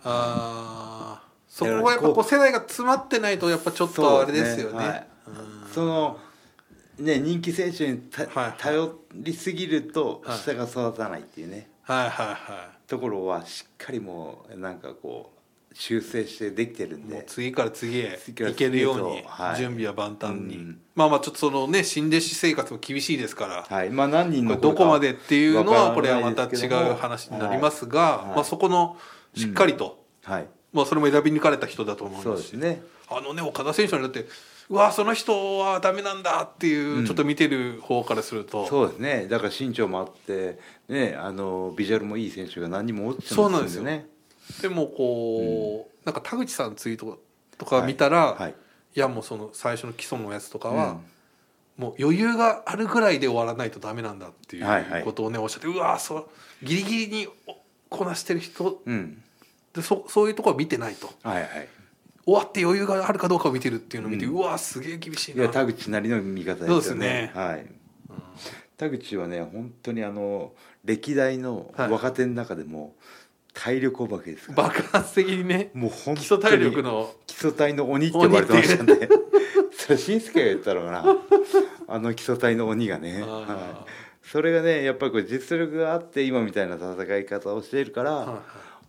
Speaker 2: ああそこはやっぱこう世代が詰まってないとやっぱちょっと
Speaker 1: そう
Speaker 2: あれですよね
Speaker 1: はい
Speaker 2: うん
Speaker 1: そのね人気選手にた、
Speaker 2: はいはい
Speaker 1: 頼りすぎると
Speaker 2: はい
Speaker 1: 下が育たないっていうね、
Speaker 2: はいは
Speaker 1: ところはしっかりもうなんかこう修正してできてるん
Speaker 2: いはいもう
Speaker 1: で
Speaker 2: 次から次へ
Speaker 1: 次から次へと
Speaker 2: 行けるように
Speaker 1: はい
Speaker 2: 準備は万端に、
Speaker 1: うん
Speaker 2: まあまあちょっとそのね新弟子生活も厳しいですから、
Speaker 1: はいまあ何人
Speaker 2: こ
Speaker 1: の
Speaker 2: れどこまで
Speaker 1: っ
Speaker 2: っていうのは
Speaker 1: わ
Speaker 2: こ
Speaker 1: か
Speaker 2: れ
Speaker 1: ら
Speaker 2: は
Speaker 1: な
Speaker 2: ま
Speaker 1: い
Speaker 2: た
Speaker 1: です
Speaker 2: 違
Speaker 1: けども
Speaker 2: う話になりますが、
Speaker 1: はい
Speaker 2: まあ、そこのしっかりと、
Speaker 1: はい
Speaker 2: まあ、それも選び抜かれた人だと思い
Speaker 1: そう
Speaker 2: ま
Speaker 1: ですす
Speaker 2: し
Speaker 1: ね
Speaker 2: あのね岡田選手にだってうわその人はダメなんだっていう、ちょっと見てる方からすると
Speaker 1: そうですねだから身長もあってねあのビジュアルもいい選手が何人も落ちてます
Speaker 2: そうなんですよ
Speaker 1: ね
Speaker 2: でもこう、なんか田口さんのツイートとか見たら、
Speaker 1: はい
Speaker 2: い
Speaker 1: はい
Speaker 2: やもうその最初の基礎のやつとか
Speaker 1: う
Speaker 2: は
Speaker 1: ん、
Speaker 2: もう余裕があるぐらいで終わらないとダメなんだってい
Speaker 1: はいはいう
Speaker 2: ことをね、おっしゃってうわそうギリギリにおこなしてる人
Speaker 1: うん
Speaker 2: でそそういうとこは見てないと
Speaker 1: はいはい
Speaker 2: 終わって余裕があるかどうかを見てるっていうのを見て、
Speaker 1: う
Speaker 2: うんわすげえ厳しい
Speaker 1: い
Speaker 2: な
Speaker 1: や田口なりの見方
Speaker 2: そ
Speaker 1: で
Speaker 2: うですす
Speaker 1: よね
Speaker 2: ね
Speaker 1: はい田口はね本当にあの歴代の
Speaker 2: はい
Speaker 1: 若手の中でも体力お化けですから、
Speaker 2: 爆発的に ね
Speaker 1: もう本当に
Speaker 2: 基礎体力の
Speaker 1: 基礎体の鬼って呼ばれてましたねそれ紳助が言ったのかなあの基礎体の鬼がね、は
Speaker 2: あ
Speaker 1: い、それがねやっぱりこう実力があって今みたいな戦い方をしているから、
Speaker 2: ーは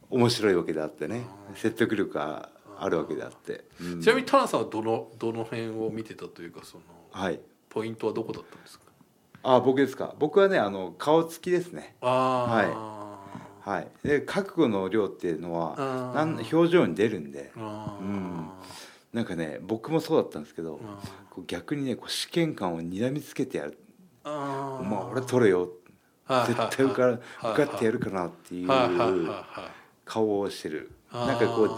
Speaker 1: 面白いわけであってね
Speaker 2: あー
Speaker 1: 説得力があるわけであって、うん
Speaker 2: いちなみにタナさんはどのどの辺を見てたというかその
Speaker 1: はい
Speaker 2: ポイントはどこだったんですか
Speaker 1: あ僕ですか僕はねあの顔つきですね
Speaker 2: あー
Speaker 1: はいで覚悟の量っていうのは
Speaker 2: あ
Speaker 1: なん
Speaker 2: ー
Speaker 1: 表情に出るんで
Speaker 2: あ
Speaker 1: う
Speaker 2: ー
Speaker 1: んなんかね僕もそうだったんですけど
Speaker 2: あ
Speaker 1: こう逆にねこう試験官を睨みつけてやる「
Speaker 2: ー
Speaker 1: お前俺取れよ」
Speaker 2: はい
Speaker 1: 絶
Speaker 2: はいはい
Speaker 1: 対受かる
Speaker 2: はいはい
Speaker 1: 受かってやるかなってい
Speaker 2: はいはいはいはいう
Speaker 1: 顔をしてる
Speaker 2: あー
Speaker 1: なんかこうじ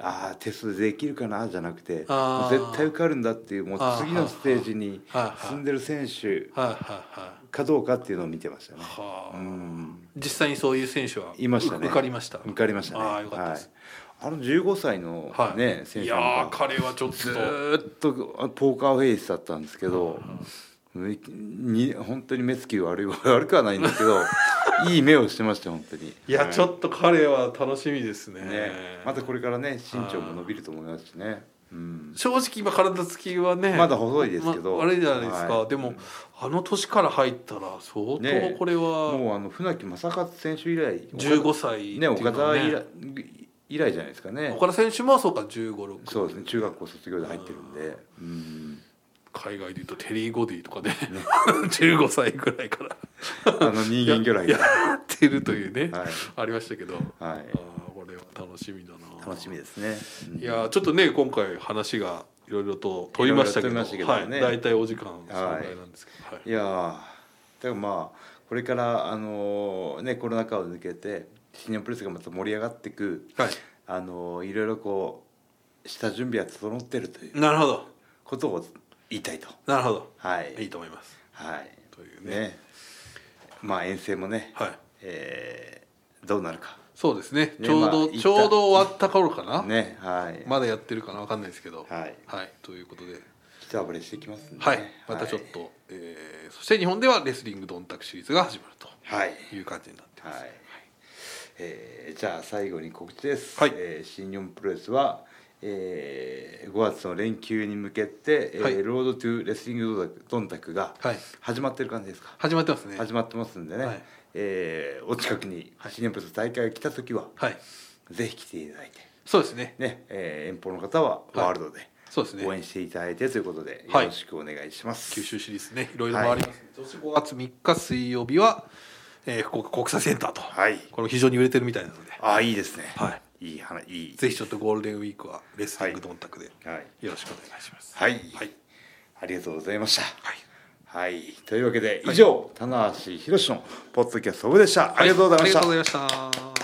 Speaker 1: ああテストできるかなじゃなくて
Speaker 2: あー
Speaker 1: 絶対受かるんだっていうもう
Speaker 2: あー
Speaker 1: 次のステージに
Speaker 2: はいはい
Speaker 1: 進んでる選手
Speaker 2: はいはい
Speaker 1: かどうかっていうのを見てましたね。
Speaker 2: は
Speaker 1: う
Speaker 2: あ
Speaker 1: ん
Speaker 2: 実際にそういう選手はい
Speaker 1: ましたね
Speaker 2: 受かりました
Speaker 1: 受かりましたね。
Speaker 2: ああよかったです
Speaker 1: はいあの15歳の
Speaker 2: はい
Speaker 1: ね選
Speaker 2: い
Speaker 1: 手
Speaker 2: や
Speaker 1: なん
Speaker 2: ー
Speaker 1: か
Speaker 2: 彼はちょっ
Speaker 1: ず
Speaker 2: と
Speaker 1: ーっとあポーカーフェイスだったんですけど、に本当に目つき悪い 悪くはないんですけ ど、いい目をしてましたよ本当に。
Speaker 2: いや
Speaker 1: はい
Speaker 2: ちょっと彼は楽しみですね
Speaker 1: ね、またこれからね身長も伸びると思いますしね、うん、
Speaker 2: 正直今体つきはね
Speaker 1: まだ細いですけど
Speaker 2: まあれじゃないですか、
Speaker 1: はい
Speaker 2: でもあの年から入ったら相
Speaker 1: ね
Speaker 2: 当これは
Speaker 1: もうあの船木正和選手以来
Speaker 2: 15歳っ
Speaker 1: ね
Speaker 2: ていう
Speaker 1: 岡
Speaker 2: のは
Speaker 1: 田
Speaker 2: ね
Speaker 1: 以来以来じゃないですかね
Speaker 2: 岡田選手もそうか1 5六
Speaker 1: そうですね中学校卒業で入ってるんで、うん、
Speaker 2: 海外でいうとテリー・ゴディとか で、15歳ぐらいから
Speaker 1: あの人間魚 雷
Speaker 2: や
Speaker 1: が
Speaker 2: やってるというね、
Speaker 1: はい
Speaker 2: ありましたけど、
Speaker 1: は
Speaker 2: あ
Speaker 1: い
Speaker 2: ーこれは楽しみだな
Speaker 1: 楽しみですね、うん
Speaker 2: いやーちょっとね今回話がいろいろと飛びましたけ
Speaker 1: い
Speaker 2: ど
Speaker 1: ろいろ飛びましたけどね
Speaker 2: はい、大体お時間そのぐらいなんですけど、はい
Speaker 1: いやーだからまあこれからあのーねコロナ禍を抜けて新日本プロレスがまた盛り上がっていく
Speaker 2: はい、
Speaker 1: あのーいろいろこう下準備は整ってるという
Speaker 2: なるほど
Speaker 1: ことを言いたいと。
Speaker 2: なるほど
Speaker 1: はい、
Speaker 2: いいと思います
Speaker 1: はい、
Speaker 2: という
Speaker 1: ね
Speaker 2: ね
Speaker 1: まあ遠征もね、
Speaker 2: はい
Speaker 1: えーどうなるか
Speaker 2: そうですね
Speaker 1: ね
Speaker 2: ちょう
Speaker 1: まあ
Speaker 2: ど、
Speaker 1: 一旦
Speaker 2: ちょうど終わった頃かな、
Speaker 1: ねはい、
Speaker 2: まだやってるかなわかんないですけど
Speaker 1: はい
Speaker 2: ということで
Speaker 1: 一暴れしていきますんでね、
Speaker 2: はいまたちょっと、えーそして日本ではレスリングドンタクシリーズが始まる
Speaker 1: はいはい、
Speaker 2: という感じになってます、
Speaker 1: はいえーじゃあ最後に告知です、
Speaker 2: はい
Speaker 1: えー新日本プロレスは、えー5月の連休に向けて、えー
Speaker 2: はい
Speaker 1: ロードトゥレスリングドンタクが
Speaker 2: はい
Speaker 1: 始まってる感じですか、
Speaker 2: 始まってますね
Speaker 1: 始まってますんでね、
Speaker 2: はい
Speaker 1: えーお近くに
Speaker 2: はい
Speaker 1: 新日本プロレス大会が来た時は、
Speaker 2: はい
Speaker 1: ぜひ来ていただいて
Speaker 2: そうですね
Speaker 1: ね、えー遠方の方はワールドで
Speaker 2: そうですね
Speaker 1: 応援していただいてということで、
Speaker 2: はい
Speaker 1: よろしくお願いします。
Speaker 2: 九州シリーズねいろいろ回ります、そして5月3日水曜日は、えー福岡国際センターと、
Speaker 1: はい。
Speaker 2: これも非常に売れてるみたいなので、
Speaker 1: あ、いいですね。。
Speaker 2: はい
Speaker 1: いい話、いい。
Speaker 2: ぜひちょっとゴールデンウィークはレスリングドンタクで
Speaker 1: はい。
Speaker 2: よろしくお願いします
Speaker 1: はい。
Speaker 2: はい、
Speaker 1: ありがとうございました。
Speaker 2: はい
Speaker 1: はい。というわけで、以上、棚橋弘至のポッドキャストオブでした。ありがとうございました。
Speaker 2: ありがとうございました